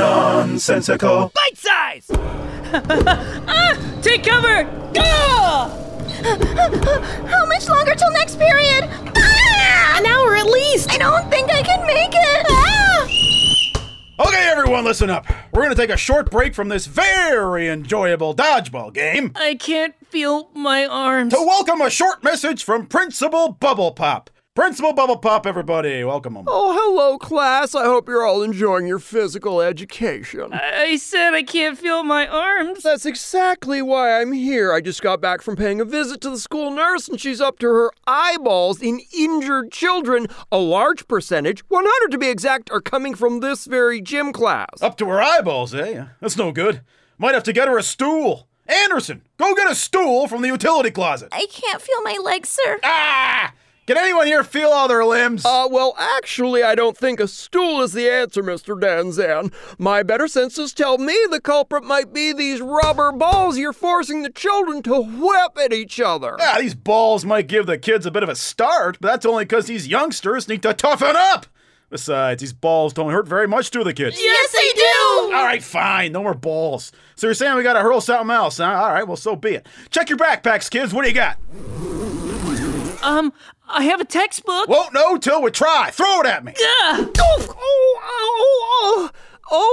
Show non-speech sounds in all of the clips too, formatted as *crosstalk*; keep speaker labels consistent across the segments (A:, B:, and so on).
A: Nonsensical.
B: Bite size! ah, *laughs* take cover! Ah!
C: How much longer till next period? An hour at least. I don't think I can make it.
B: Ah!
A: Okay, everyone, listen up. We're going to take a short break from this very enjoyable dodgeball game
B: I can't feel my arms.
A: to welcome a short message from Principal Bubble Pop. Principal Bubble Pop, everybody, welcome him.
D: Oh, hello, class. I hope you're all enjoying your physical education.
B: I said I can't feel my arms.
D: That's exactly why I'm here. I just got back from paying a visit to the school nurse, and she's up to her eyeballs in injured children. A large percentage, 100 to be exact, are coming from this very gym class.
A: Up to her eyeballs, eh? That's no good. Might have to get her a stool. Anderson, go get a stool from the utility closet.
C: I can't feel my legs, sir.
A: Ah! Can anyone here feel all their limbs?
D: Uh, well, actually, I don't think a stool is the answer, Mr. Danzan. My better senses tell me the culprit might be these rubber balls you're forcing the children to whip at each other.
A: Yeah, Ah, these balls might give the kids a bit of a start, but that's only because these youngsters need to toughen up. Besides, these balls don't hurt very much to the kids.
B: Yes, I
A: All right, fine. No more balls. So you're saying we gotta hurl something else, huh? All right, well, so be it. Check your backpacks, kids. What do you got?
B: do! Um, I have a textbook.
A: Won't know till we try. Throw it at me.
D: Oh, oh, oh, oh,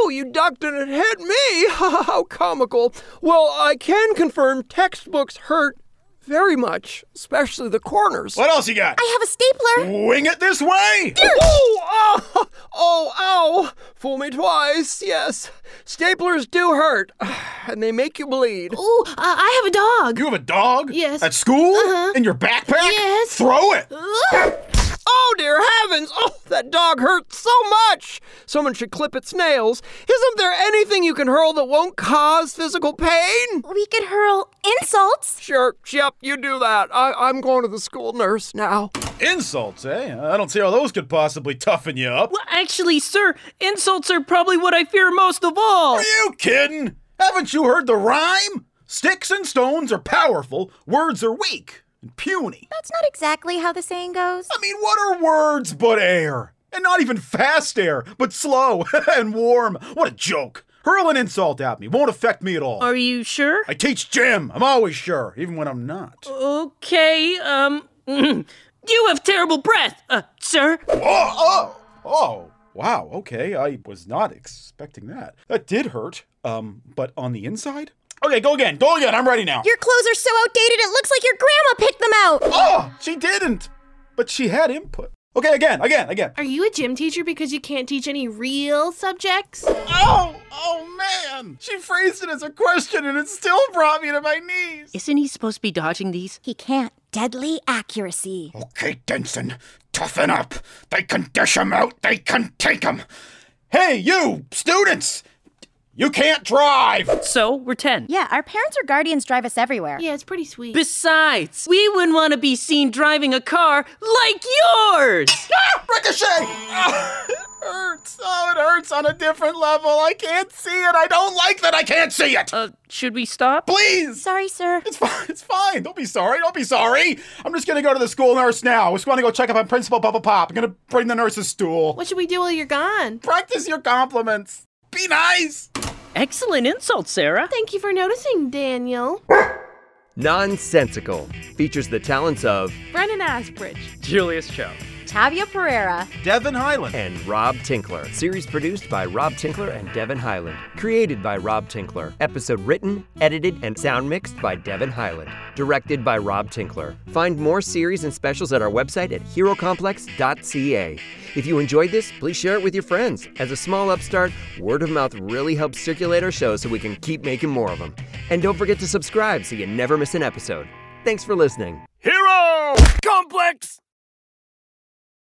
D: oh, you ducked and it hit me. *laughs* How comical. Well, I can confirm textbooks hurt very much, especially the corners.
A: What else you got?
C: I have a stapler.
A: Wing it this way.
D: Oh, oh, *laughs* oh, ow. Fool me twice, yes. Staplers do hurt, *sighs* and they make you bleed.
C: Oh.
E: Ooh, uh, I have a dog.
A: You have a dog?
E: Yes.
A: At school? In your backpack?
E: Yes.
A: Throw it.
D: Oh, dear heavens! Oh, that dog hurts so much! Someone should clip its nails. Isn't there anything you can hurl that won't cause physical pain?
C: We could hurl insults.
D: Sure, yep, you do that. I, I'm going to the school nurse now.
A: Insults, eh? I don't see how those could possibly toughen you up.
B: Well, actually, sir, insults are probably what I fear most of all.
A: Are you kidding? Haven't you heard the rhyme? Sticks and stones are powerful, words are weak and puny.
C: That's not exactly how the saying goes.
A: I mean, what are words but air? And not even fast air, but slow *laughs* and warm. What a joke. Hurl an insult at me, won't affect me at all.
B: Are you sure?
A: I teach gym. I'm always sure, even when I'm not.
B: Uh. Okay, um, *clears throat* you have terrible breath, uh, sir.
A: Oh, oh, oh. Wow, okay. I was not expecting that. That did hurt. Um, but on the inside? Okay, go again. Go again. I'm ready now.
C: Your clothes are so outdated, it looks like your grandma picked them out.
A: oh, she didn't. But she had input. Okay, again, again, again.
E: Are you a gym teacher because you can't teach any real subjects?
A: Oh, oh man. She phrased it as a question and it still brought me to my knees.
B: Isn't he supposed to be dodging these?
C: He can't. Deadly accuracy.
A: Okay, Denson, toughen up. They can dish 'em out, they can take 'em. Hey, you, students! You can't drive!
B: So, we're 10.
C: Yeah, our parents or guardians drive us everywhere.
E: Yeah, it's pretty sweet.
B: Besides, we wouldn't want to be seen driving a car like yours!
A: Ah, ricochet! Ah, it hurts. Oh, it hurts on a different level. I can't see it. I don't like that I can't see it.
B: Uh, should we stop?
A: Please.
C: Sorry, sir.
A: It's fine. It's fine. Don't be sorry. Don't be sorry. I'm just gonna go to the school nurse now. I just want to go check up on Principal Bubble Pop. I'm gonna bring the nurse's stool.
E: What should we do while you're gone?
A: Practice your compliments. Be nice.
B: Excellent insult, Sarah.
E: Thank you for noticing, Daniel.
F: Nonsensical features the talents of
E: Brennan Asbridge.
G: Julius Cho.
C: Tavia Pereira.
H: Devin Highland.
F: and Rob Tinkler. Series produced by Rob Tinkler and Devin Highland. Created by Rob Tinkler. Episode written, edited, and sound mixed by Devin Highland. Directed by Rob Tinkler. Find more series and specials at our website at herocomplex.ca. If you enjoyed this, please share it with your friends. As a small upstart, word of mouth really helps circulate our show so we can keep making more of them. And don't forget to subscribe so you never miss an episode. Thanks for listening.
G: Hero! Complex!